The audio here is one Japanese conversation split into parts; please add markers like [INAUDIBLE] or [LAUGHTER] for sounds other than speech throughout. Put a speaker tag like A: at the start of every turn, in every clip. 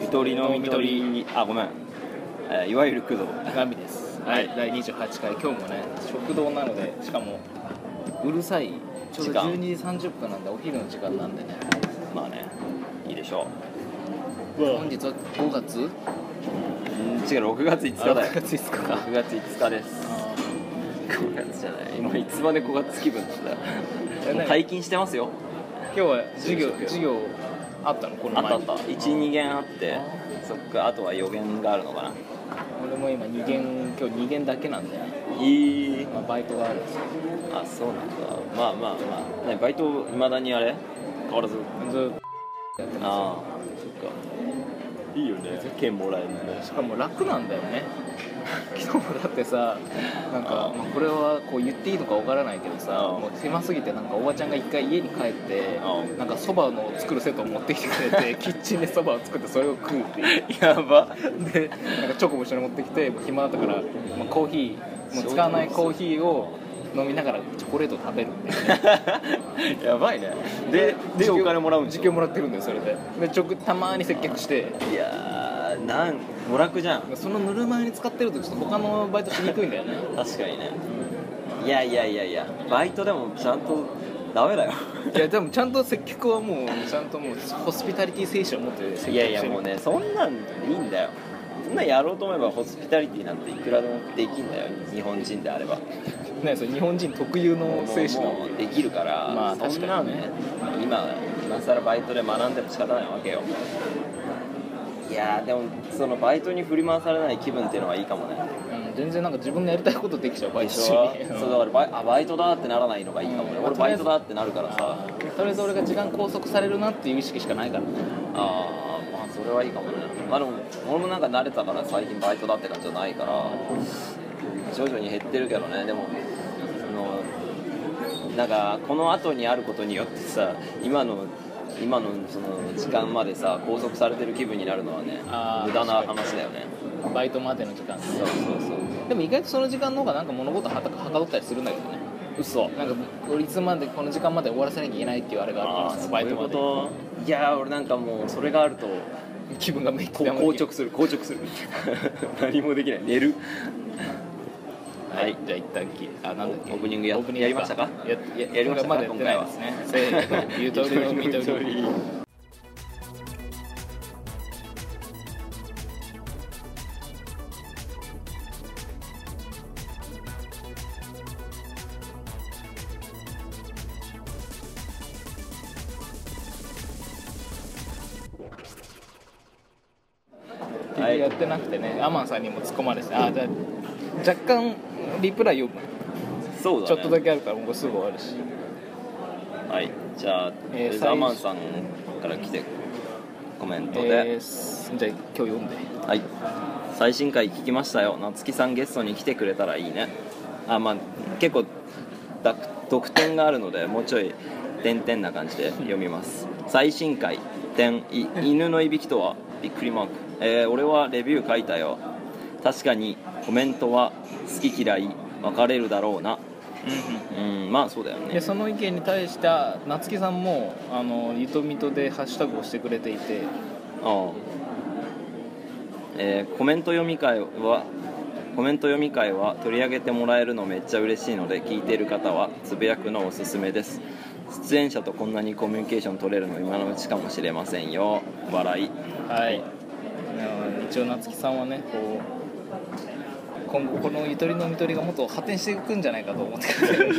A: ゆとりのみとりあごめん、えーいわゆる工藤
B: ガミです。はい、第28回、今日もね、食堂なので、しかも、うるさい、ちょう
A: 時
B: ど
A: 間
B: 12時30分なんで、お昼の時間なんでね、
A: まあねいいでしょ
B: 本日は5月
A: ううん違う6月5日だよ
B: あ6月5日か
A: 6月5日です5月じゃない今いつまで5月気分だった
B: え
A: もう解禁してますよ
B: 今日は授業
A: そう、そう
B: 授業あったの、こ
A: あ
B: の
A: っ
B: 前
A: たあった12限あってそっかあとは予言があるのかな
B: 俺も今、2限、今日2限だけなんだよ、
A: いい
B: まあ、バイトがあるんですけど、
A: あそうなんだまあまあまあ、ね、バイトいまだにあれ変わらず
B: ずっとやってま
A: ああそっかいいよね券もらえるね
B: すしかも楽なんだよね。 [LAUGHS] 昨日もだってさなんか
A: あー
B: まあこれはこう言っていいのかわからないけどさ
A: あー
B: もう暇すぎてなんかおばちゃんが一回家に帰って
A: あー
B: なんかそばの作るセットを持ってきてく
A: [LAUGHS]
B: れてキッチンでそばを作ってそれを食うっていう
A: [LAUGHS] やば
B: でなんかチョコも一緒に持ってきてもう暇だったから、まあ、コーヒーもう使わないコーヒーを飲みながらチョコレートを食べるっていうね
A: やばいねで [LAUGHS] でお金もらうん
B: 時
A: で
B: 給もらってるんだよそれででちょくたまに接客して
A: いやーなん娯楽じゃん
B: そのぬるま湯に使ってるとちょっと他のバイトしにくいんだよね
A: 確かにねいやいやいやいやバイトでもちゃんとダメ
B: [LAUGHS]
A: だよ
B: いやでもちゃんと接客はもうちゃんともうホスピタリティ精神を持って接客してる
A: いやいやもうねそんなんいいんだよそんなんやろうと思えばホスピタリティなんていくらでもできんだよ日本人であれば
B: ねそれ日本人特有
A: もう
B: の
A: も
B: 精神なの
A: うできるから、
B: まあ
A: そんなんね今今更バイトで学んでも仕方ないわけよいやーでもそのバイトに振り回されない気分っていうのはいいかもね
B: うん全然なんか自分のやりたいことできちゃうバイ
A: で
B: ト
A: し
B: 中
A: ょ
B: に
A: そうだからバイあバイトだってならないのがいいかもね
B: うん
A: 俺バイトだってなるからさ
B: あーとりあえず俺が時間拘束されるなっていう意識しかないからね
A: ああまあそれはいいかもねまあでも俺もなんか慣れたから最近バイトだって感じじゃないから徐々に減ってるけどねでもそのなんかこの後にあることによってさ今の今のその時間までさ拘束されてる気分になるのはね
B: あー
A: 無駄な話だよね
B: バイトまでの時間
A: そうそうそう
B: でも意外とその時間の方がなんか物事はたかはかどったりするんだけどね
A: 嘘
B: なんか俺いつまでこの時間まで終わらせなきゃいけないっていうあれがある
A: あ
B: か
A: あ
B: ら
A: そ
B: さ
A: う
B: バ
A: い
B: イト
A: う
B: ま
A: こ
B: で
A: といやー俺なんかもうそれがあると
B: 気分がめっ
A: こ
B: ちゃ
A: う硬直する硬直する [LAUGHS] 何もできない寝る
B: は
A: はいい、
B: じゃあ一旦き、あ、なんだっけ、
A: オープニングや
B: オ
A: やりましたか
B: や、や、
A: やりましたか
B: まだやってないですね。せーの、ゆとりのみとり。
A: はい
B: やってなくてね、アマンさんにも突っ込まれて、あ、じゃあ、若干リプライ読む。
A: そうだ、ね、
B: ちょっとだけあるから、もうすぐ終わるし。
A: はいじゃあ、
B: えー
A: えー、ザマンさんから来てコメント
B: え
A: で、
B: ーすじゃあ、今日読んで。
A: はい最新回聞きましたよ夏木さんゲストに来てくれたらいいねあまあ結構だ得点があるのでもうちょい点々な感じで読みます最新回点い犬のいびきとはびっくりマーク、えー俺はレビュー書いたよ確かにコメントは好き嫌い分かれるだろうなうんまあそうだよ
B: で
A: ね
B: その意見に対して夏木さんもあのゆとみとでハッシュタグをしてくれていて
A: ああえーコメント読み会はコメント読み会は取り上げてもらえるのめっちゃ嬉しいので聞いている方はつぶやくのおすすめです出演者とこんなにコミュニケーション取れるの今のうちかもしれませんよ笑い
B: はい、一応夏木さんはねこう今後このゆとりのみとりがもっと発展していくんじゃないかと思ってくれてる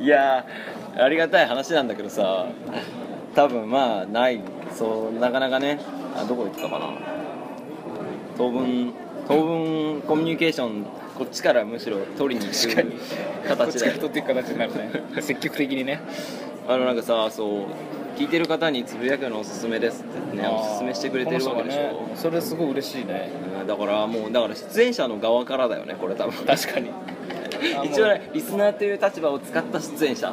A: いやーありがたい話なんだけどさ多分まあないそうなかなかねあどこ行ったかな当分当分コミュニケーションこっちからむしろ取りに行
B: 確かに
A: く
B: こっ
A: 形
B: ち
A: だ
B: が
A: よ
B: 人っていく形になる [LAUGHS] ね積極的にね
A: あのなんかさそう聞いてる方につぶやくのおすすめですってね
B: あー
A: おすすめしてくれてるわけでし
B: この人
A: ょ
B: が、ねそれすごい嬉しいね
A: うんだからもうだから出演者の側からだよねこれ多分
B: 確 [LAUGHS] かに
A: 一応ねリスナーという立場を使った出演者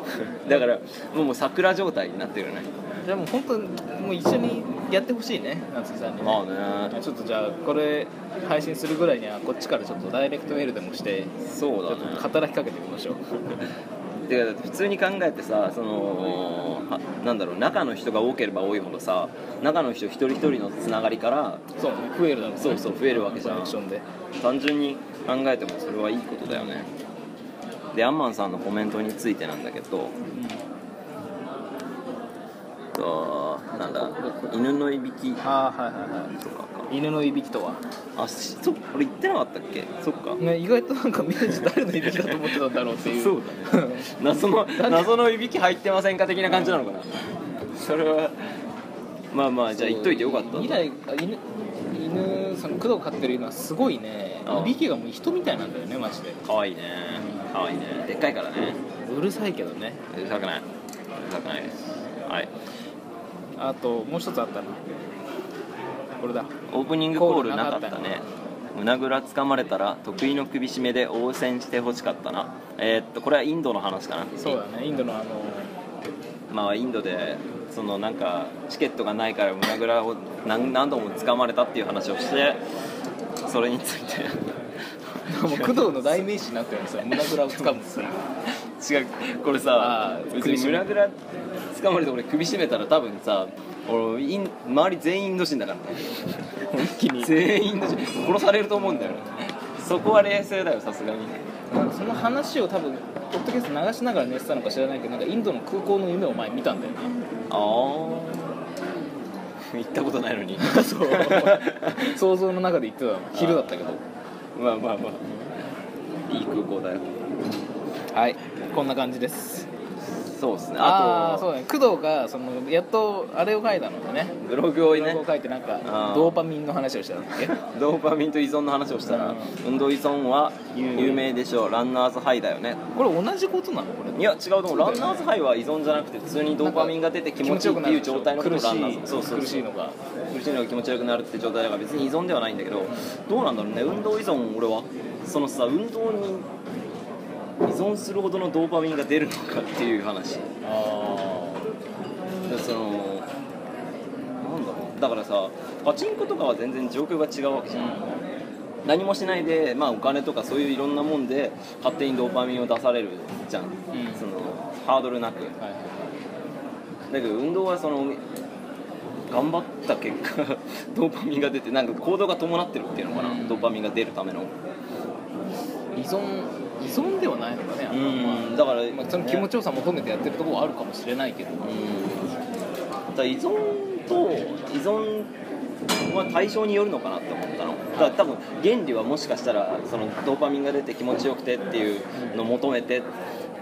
A: [LAUGHS] だからもうもう桜状態になってるよね
B: でもう本当もう一緒にやってほしいね夏木さんにね
A: まあね
B: ちょっとじゃあこれ配信するぐらいにはこっちからちょっとダイレクトメールでもして
A: そう
B: ちょっ
A: だ
B: と
A: ね
B: 働きかけてみましょう
A: てかだって普通に考えてさそのはなんだろう中の人が多ければ多いほどさ中の人一人一人のつながりから
B: そうね増えるだろうね
A: そうそう増えるわけじゃん
B: コネクションで
A: 単純に考えてもそれはいいことだよねでアンマンさんのコメントについてなんだけどえっとなんだ犬のいびきと
B: ああはいはいは
A: かか
B: い犬のいびきとは、
A: あしそっか俺言ってなかったっけそっか
B: ね、意外となんかみんな誰のいびきだと思ってたんだろうっていう
A: そうだね謎の謎のいびき入ってませんか的な感じなのかなそれはまあまあじゃあ言っといてよかった
B: 以来あ犬犬その工藤飼ってる犬はすごいね
A: ああ
B: いびきがもう人みたいなんだよねマジで
A: かわいいねかわいいねでっかいからね
B: うるさいけどね
A: うるさくないうるさくないですはい
B: あともう一つあったなこれだ
A: オープニングコールなかったね胸ぐらつかまれたら得意の首絞めで応戦してほしかったなえーっとこれはインドの話かな
B: そうだねインドのあの [LAUGHS]
A: まあインドでそのなんかチケットがないから胸ぐらを何何度もつかまれたっていう話をしてそれについて
B: もう工藤の代名詞になったよねそれ胸ぐらをつかむっていう
A: 違うこれさ
B: あー
A: 別
B: 首
A: に
B: 絞め
A: 胸ぐらつかまれて俺首絞めたら多分さ俺イン周り全員インド人だからね
B: 一気に
A: 全員インド人殺されると思うんだよねそこは冷静だよさすがに
B: なんかその話を多分ポッドキャスト流しながら寝てたのか知らないけどなんかインドの空港の夢を前に見たんだよね
A: ああ [LAUGHS] 行ったことないのに
B: [LAUGHS] そう想像の中で言ってたの昼だったけど
A: [LAUGHS] まあまあまあいい空港だよ
B: はいこんな感じです
A: そうですねあ
B: ああ
A: と
B: そうだね工藤がそのやっとあれを書いたのでね
A: ブログを
B: ブロ
A: ね
B: グを書いてなんか
A: あー
B: ドーパミンの話をしてた
A: [LAUGHS]
B: んだっけ
A: ドーパミンと依存の話をしたら、
B: うん
A: 運動依存は
B: 有名
A: 有名でしょうランナーズハイだよね
B: これ同じことなのこ
A: い
B: れ
A: や違うと思うラ
B: そうだよ
A: ン
B: ね
A: ナーズハイは依存じゃなくて普通にドーパミンが出て気持ちいいっていう状態のことを
B: 苦し
A: ランナ
B: い
A: ーズそうそうそう
B: 苦しいのが
A: 苦しいのが気持ちよくなるって状態だから別に依存ではないんだけどどうなんだろうね運動依存俺はそのさ運動に依存するほどのドーパミンが出るのかっていう話
B: あ
A: でそのなんだろうだからさパチンコとかは全然状況が違うわけじゃん何もしないで、まあ、お金とかそういういろんなもんで勝手にドーパミンを出されるじゃん、そのハードルなく
B: あはいはい
A: だけど運動はその頑張った結果 [LAUGHS] ドーパミンが出てなんか行動が伴ってるっていうのかな、
B: うん
A: ドーパミンが出るための
B: 依存依存ではないのかね、
A: うんだから、
B: まあ、その気持ちよさ求めてやってるところはあるかもしれないけど、
A: うんだから依存と依存は対象によるのかなって思ったのだから多分原理はもしかしたらそのドーパミンが出て気持ちよくてっていうのを求めて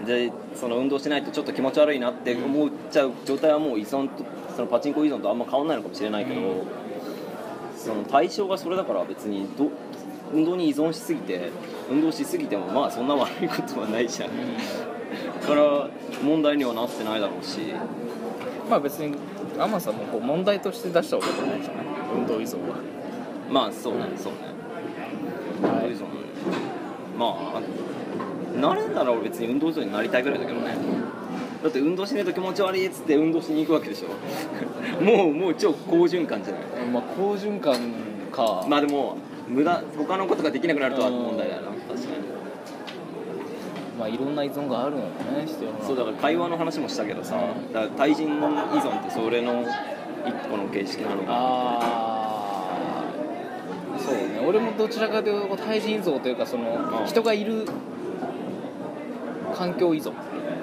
A: でその運動しないとちょっと気持ち悪いなって思っちゃう状態はもう依存とそのパチンコ依存とあんま変わんないのかもしれないけど、
B: うん
A: その対象がそれだから別にど運動に依存しすぎて運動しすぎてもまあそんな悪いことはないじゃんだから問題にはなってないだろうし
B: まあ別にアマンさんもこう問題として出したわけじゃないじゃない運動依存は
A: まあそうねそうね、
B: は
A: 運動依存まあ慣れんなら俺別に運動依存になりたいぐらいだけどねだって運動しないと気持ち悪いっつって運動しに行くわけでしょ [LAUGHS] もうもう超好循環じゃない
B: まあ好循環か、
A: まあでも無駄他のことができなくなるとは
B: うん
A: 問題だよな確かに
B: まあいろんな依存があるのかね必要な
A: そうだから会話の話もしたけどさだから対人依存ってそれの一個の形式なのかな
B: ああそうね俺もどちらかというと対人依存というかその、
A: うん
B: 人がいる環境依存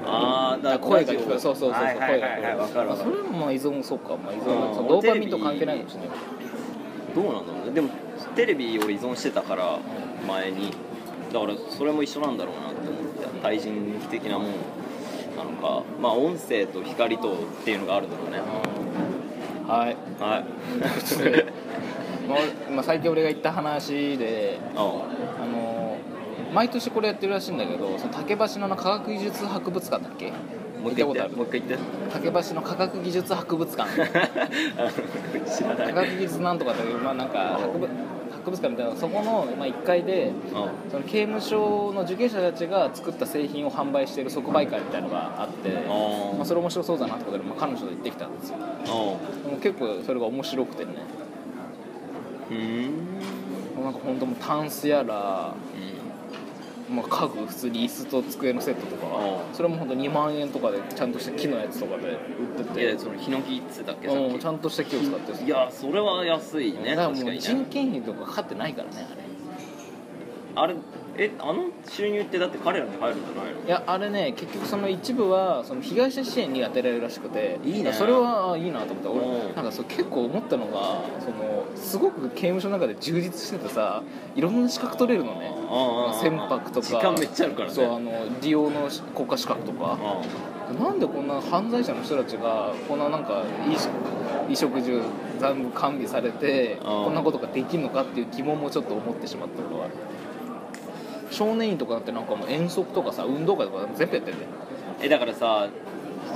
A: あーだから
B: 声が聞こえるそうそうそうそう、
A: はいはいはいは
B: 声が
A: い
B: 聞こえ
A: わかる
B: まあ
A: わか
B: そ
A: る
B: れもまあ依存そうか、まあ、依存
A: うん
B: そのドーパミンと関係ないかもしれない
A: どうなんだろうねでもテレビを依存してたから前にだからそれも一緒なんだろうなって思って対人的なもんなのかまあ音声と光とっていうのがあるんだろうね
B: はい、
A: はい
B: まあ俺まあ、最近俺が言った話で
A: [LAUGHS] あ
B: あのー毎年これやってるらしいんだけどその竹橋の科学技術博物館だっけ
A: あもう一回
B: 行った
A: 言っ
B: ことあ
A: て
B: る
A: もう一回言って
B: 竹橋の科学技術博物館
A: 知らな
B: 科
A: い
B: 学技術なんとかという、まあ、なんか博物博物館みたいなそこの、まあ、1階で
A: あ
B: その刑務所の受刑者たちが作った製品を販売している即売会みたいなのがあって
A: あ
B: まあ、
A: ー
B: それ面白そうだなってことで、まあ、彼女と行ってきたんですよ
A: あー
B: でも結構それが面白くてね
A: うーん
B: もうなんか本当もうタンスやら
A: う
B: まあ、家具普通に椅子と机のセットとか
A: うん
B: それも本当2万円とかでちゃんとした木のやつとかで売って
A: い
B: て
A: やそのヒノキっつってたっけさ
B: うんちゃ
A: っ
B: んとした木を使ってる
A: きいやそれは安いね
B: だから
A: 確
B: も
A: か
B: う
A: に
B: 人
A: ね
B: 件費とかかかってないからねあれ
A: あれえあの収入ってだって彼らに入るんじゃないの
B: いやあれね結局その一部はその被害者支援に充てられるらしくて
A: いいね
B: それはあいいなと思った
A: う
B: 俺
A: ん
B: なんかそう結構思ったのがそのすごく刑務所の中で充実しててさいろんな資格取れるのね
A: ああ
B: 船舶とか
A: 時間めっちゃあるからね
B: そうあの利用の国家資格とか
A: あ
B: なんでこんな犯罪者の人たちがこんななんか衣食衣食住全部完備されて
A: ん
B: こんなことができるのかっていう疑問もちょっと思ってしまったことがある少年院とかだってなんかもう遠足とかさ運動会とか全部やってて
A: えだからさ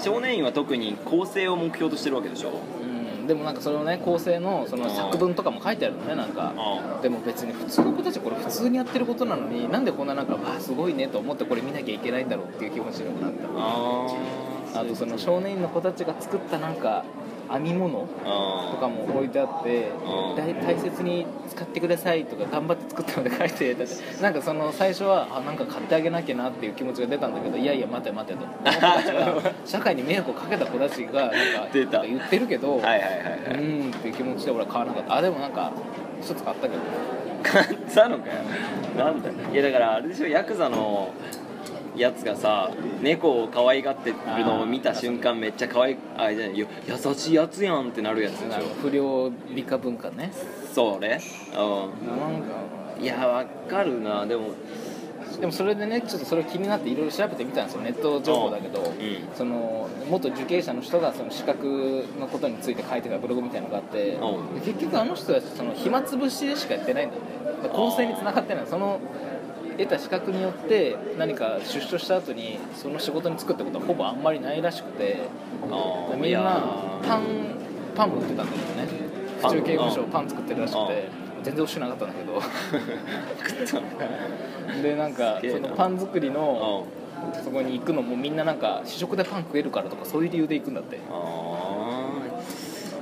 A: 少年院は特に構成を目標としてるわけでしょ
B: うんでもなんかそれをね構成のその
A: うん
B: 作文とかも書いてあるのねなんか
A: あ
B: でも別に普通の子たちこれ普通にやってることなのになんでこんななんかわあすごいねと思ってこれ見なきゃいけないんだろうっていう気持ちにもなった
A: あ
B: あとその少年院の子たちが作ったなんか編み物とか
A: あ
B: も置いてあって
A: うん
B: 大大切に使ってくださいとか頑張って作ったので書いてだってなんかその最初はあなんか買ってあげなきゃなっていう気持ちが出たんだけどいやいや待て待てとこの子たち
A: [LAUGHS]
B: が社会に迷惑をかけた子たちがなんか
A: 出た
B: 言ってるけど、
A: はいはいは
B: う
A: いはい
B: ーんっていう気持ちで俺は買わなかったあでもなんか一つ買ったけど
A: 買ったのかよなんだいやだからあれでしょヤクザのやつがさ猫を可愛がってるのを見た瞬間めっちゃ可愛いあじゃないよ優しいやつやんってなるやつでし
B: あの不良美化文化ね
A: ょそうねう
B: なんか
A: んいやわかるなでも
B: でもそれでねちょっとそれ気になっていろいろ調べてみたんですよネット情報だけど、
A: ん
B: その元受刑者の人がその資格のことについて書いてたブログみたいなのがあって、
A: うん
B: で結局あの人たちその暇つぶしでしかやってないんだよねだから構成に繋がってないその得た資格によって何か出所した後にその仕事に就くってことはほぼあんまりないらしくて
A: ああ
B: みんなパン
A: い
B: パンも売ってたんだけどね
A: パン
B: 府中刑務所
A: うん
B: パン作ってるらしくて全然美味しくなかったんだけ
A: [LAUGHS]
B: ど
A: やー食ったの
B: でなんか
A: すげえ
B: そ
A: な
B: のパン作りの
A: うん
B: そこに行くのもみんななんか試食でパン食えるからとかそういう理由で行くんだって
A: あ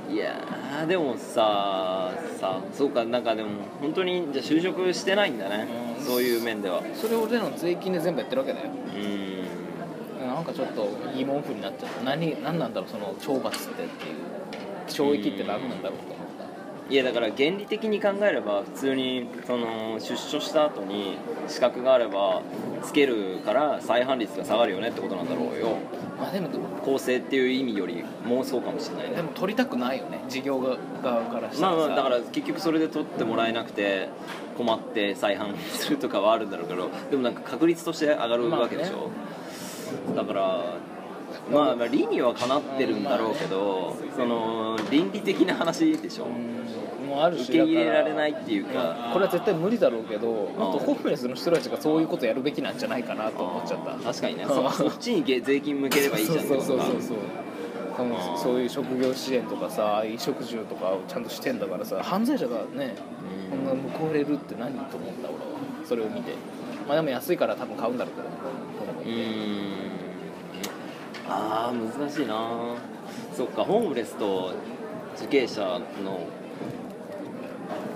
A: ーいやーでもささそうかなんかでも本当にじゃあ就職してないんだね
B: うん
A: そういう面ではう
B: それ俺らの税金で全部やってるわけだよ
A: ーん
B: なんかちょっと疑問符になっちゃった何何なんだろうその懲罰ってっていう懲役って何なんだろうと思った
A: いやだから原理的に考えれば普通にその出所した後に資格があればつけるから再犯率が下がるよねってことなんだろうよ
B: まあでもでも
A: 構成っていう意味より妄想かもしれないね
B: でも取りたくないよね事業側からし
A: ま
B: た
A: あま
B: らさ
A: あだから結局それで取ってもらえなくて困って再犯するとかはあるんだろうけどでもなんか確率として上がるわけでしょ、だからまあまあ理にはかなってるんだろうけど、その倫理的な話でしょ、
B: うんもうある種
A: 受け入れられないいっていうか、
B: これは絶対無理だろうけどもっとホームレスの人たちがそういうことやるべきなんじゃないかなと思っちゃった
A: 確かにね
B: [LAUGHS] うん
A: そそっちにげ税金向ければいいじゃん
B: そうそうそう
A: って
B: そ
A: こと
B: うそう多分
A: うん
B: そういう職業支援とかさああいう衣食住とかをちゃんとしてんだからさ犯罪者がねこんな報われるって何と思った俺はそれを見てまあでも安いから多分買うんだろうけどねこの子
A: うーんあー難しいなそっかホームレスと受刑者の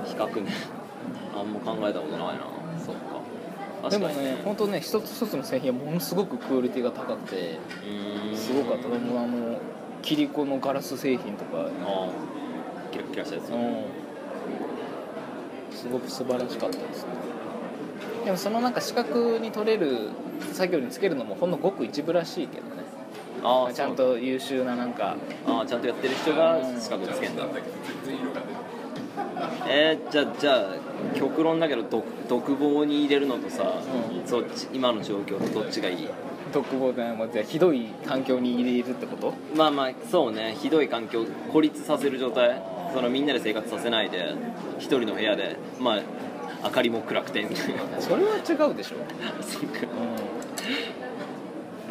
A: 比較ね [LAUGHS] あんま考えたことないなそっか
B: で
A: 確
B: も
A: かに
B: ね本当ね一つ一つの製品はものすごくクオリティが高くて
A: うーん
B: すごかったでもあのキリコのガラス製品とか
A: あーキラッキラしたやつ
B: すごく素晴らしかったですねでもそのなんか資格に取れる作業につけるのもほんのごく一部らしいけどね
A: あー
B: ちゃんと優秀ななんか
A: そうあーちゃんとやってる人が資格つけんだえー、じゃあじゃあ極論だけど独独房に入れるのとさ、
B: う
A: そっち今の状況とどっちがいい
B: 独房でまあひどい環境に入れるってこと
A: まあまあそうねひどい環境孤立させる状態そのみんなで生活させないで一人の部屋でまあ明かりも暗くてみ [LAUGHS] たいな
B: それは違うでしょ、
A: そっか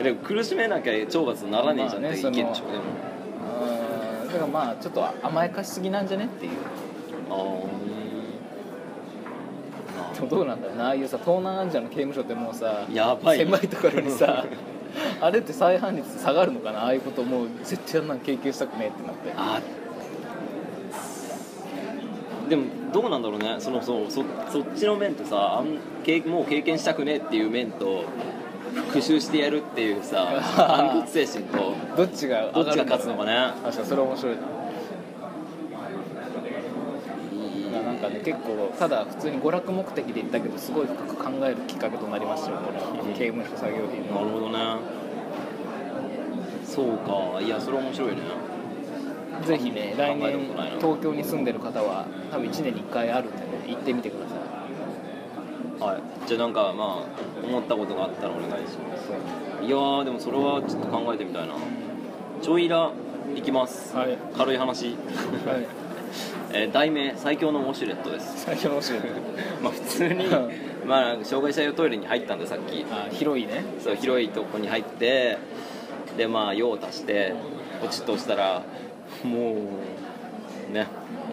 B: う
A: でも苦しめなきゃ懲罰にならねえじゃんっていけ
B: まあね
A: るでしょ、
B: ん、だからまあちょっと甘やかしすぎなんじゃねっていう
A: でもあ
B: でもどうなんだろうなああいうさ東南アジアの刑務所ってもうさ
A: やばい
B: 狭いところにさ [LAUGHS] あれって再犯率下がるのかなああいうこともう絶対あんなん経験したくねえってなって
A: ああでもどうなんだろうねそのそうそそっちの面とさあん経もう経験したくねえっていう面と復讐してやるっていうさ反骨精神と
B: どっちが
A: どっちが勝つのかね
B: 確かにそれ面白いななんかね結構ただ普通に娯楽目的で行ったけどすごい深く考えるきっかけとなりましたよこ
A: うん
B: れ刑務所作業員
A: なる
B: の
A: ほどねそうかいやそれ面白いね
B: ぜひね来
A: 考えた
B: 年
A: ことないな
B: 東京に住んでる方は多分1年に1回あるんでね行ってみてください
A: はいじゃあなんかまあ思ったことがあったらお願いしますいやーでもそれはちょっと考えてみたいなちょいらいきます、
B: はい
A: 軽い話、
B: はい
A: えー題名最強のウォシュレットです [LAUGHS]
B: 最初の教えて
A: まあ普通
B: [LAUGHS]
A: にまあ障害者用トイレに入ったんでさっき
B: あ広いね
A: そう広いとこに入ってでまあ用を足してポチッと押したらもうね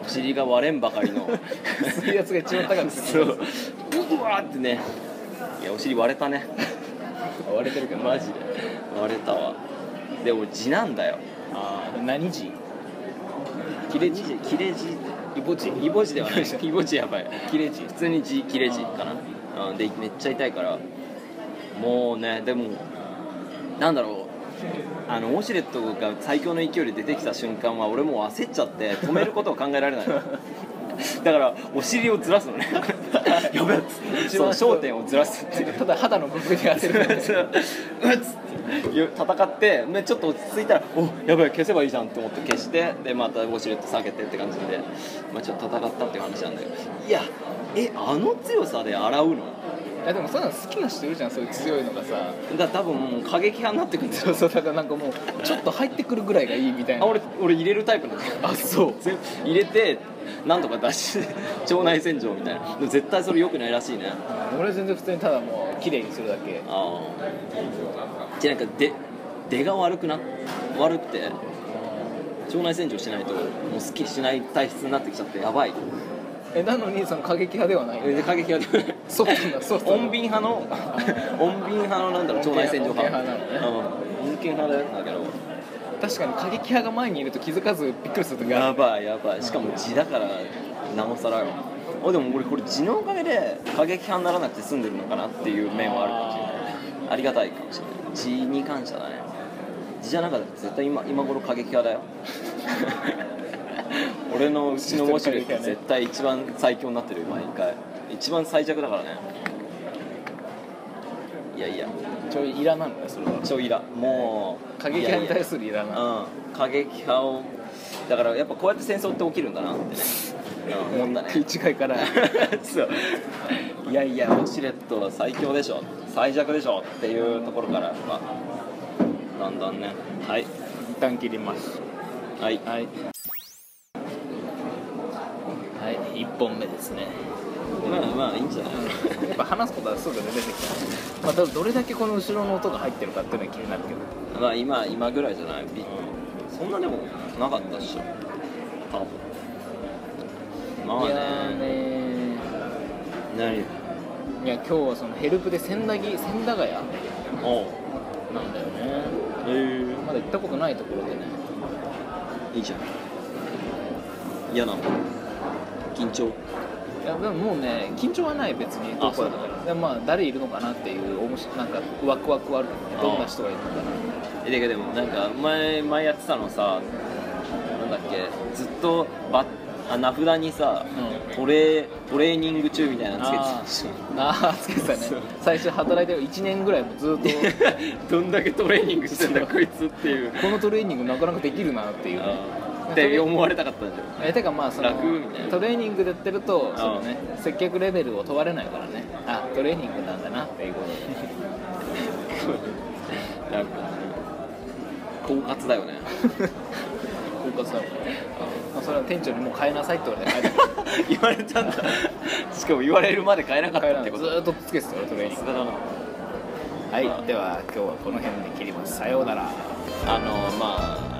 A: お尻が割れんばかり
B: [LAUGHS]
A: の [LAUGHS]
B: 水圧が一番高くて
A: そうブワーってねいやお尻割れたね
B: 割れてるけど
A: マジで割れたわで俺次男だよ
B: あー何時
A: 切れ字切れ字
B: イボチ
A: イボ字ではない
B: イ
A: [LAUGHS]
B: ボ
A: イボ字やばい
B: 切れ字
A: 普通に字切れ字かな、うん、でめっちゃ痛いからもうねでもなんだろうあのウォシュレットが最強の勢いで出てきた瞬間は俺もう焦っちゃって止めることを考えられ [LAUGHS] ないだからお尻をずらす [LAUGHS] のねやべえっつって
B: 一
A: そう
B: 番
A: 焦点をずらすっていう
B: ただ肌の部分に当てるだけ
A: そう [LAUGHS] うっつってよ戦って、ね、ちょっと落ち着いたら「おやばい消せばいいじゃん」と思って消してでまたウォシュレット下げてって感じで、まあ、ちょっと戦ったっていう話なんだけどいやえあの強さで洗うの
B: いやでもそういうの好きな人いるじゃんそういう強いのがさ
A: だから多分もう過激派になってくるんですよ
B: そうそうだからなんかもうちょっと入ってくるぐらいがいいみたいな
A: あ俺俺入れるタイプなんだよ
B: あそう
A: [LAUGHS] 全部入れてなんとか出し腸内洗浄みたいなでも絶対それ良くないらしいね
B: 俺全然普通にただもう綺麗にするだけ
A: ああじゃあなんかで出が悪くな悪くて腸内洗浄しないともうすっきりしない体質になってきちゃってやばい
B: えなのにその過激派ではない
A: で過激派で
B: ソフトなソフトな
A: 穏便派
B: [LAUGHS]
A: の穏便派のなんだろう腸内洗浄派
B: 穏便派な
A: うん穏健派だだけど
B: 確かに過激派が前にいると気づかずびっくりする時があ
A: や
B: る
A: ばいやばいしかも地だからなおさらよあでも俺これ地のおかげで過激派にならなくて済んでるのかなっていう面はあるかもしれないありがたいかもしれない地に感謝だね地じゃなかったら絶対今今頃過激派
B: [LAUGHS]
A: だよ俺のうちのウォシュレット絶対一番最強になってるよ毎回一番最弱だからねいやいや
B: ちょいイラなのねそれは
A: ちょいらもう
B: 過激派に
A: いやいや
B: 対するイラな
A: うん、過激派をだからやっぱこうやって戦争って起きるんだなってね、うん、思ったね [LAUGHS]
B: 食い違いから
A: そういやいやウォシュレットは最強でしょ最弱でしょっていうところからやっぱだんだんねはい
B: 一旦切ります
A: はい
B: はいはい1本目ですね
A: まあまあいいんじゃない
B: [LAUGHS] やっぱ話すことはすぐ出てきた、まあ、ただどれだけこの後ろの音が入ってるかっていうのは気になるけど
A: まあ今今ぐらいじゃないびそんなでもなかったっしょ多分まあ
B: いや
A: ね
B: ーね
A: 何
B: ーいや今日はそのヘルプで千駄木千駄ヶ谷
A: おう
B: なんだよね
A: えー
B: まだ行ったことないところでね
A: いいじゃん嫌なの緊張
B: いやでももうね緊張はない別にど
A: あ
B: こだか
A: そう
B: らでまあ誰いるのかなっていうおもしなんかワクワクはあるけどどんな人がいるのかな
A: えだけどでもなんか前前やってたのさなんだっけずっとバあ名札にさ、
B: う
A: トレトレーニング中みたいなの
B: あ
A: つけて
B: ーあーつけてた
A: そう
B: ね最初働いてる1年ぐらいもずっと
A: たでしょ [LAUGHS] どんだけトレーニングしてんだこいつっていう
B: このトレーニングなかなかできるなっていうね
A: あーって思われたかったんだよ
B: えてかまあその
A: 楽みたいな
B: トレーニングでやってると
A: ん
B: その、ね、接客レベルを問われないからねあトレーニングなんだなっていうことで
A: なんか狡猾だよ [LAUGHS] ね
B: 婚活だもんね、まあ、それは店長にもう変えなさいって言われて変え
A: 言
B: た
A: われたんだしかも言われるまで変えなかっ
B: 変え
A: た
B: ら
A: っ
B: な
A: て
B: い
A: こ
B: ず
A: と
B: ーっとつけてたよトレーニン
A: さ
B: グ
A: すがだな
B: はいでは今日はこの辺で切りますさようなら
A: あのまあ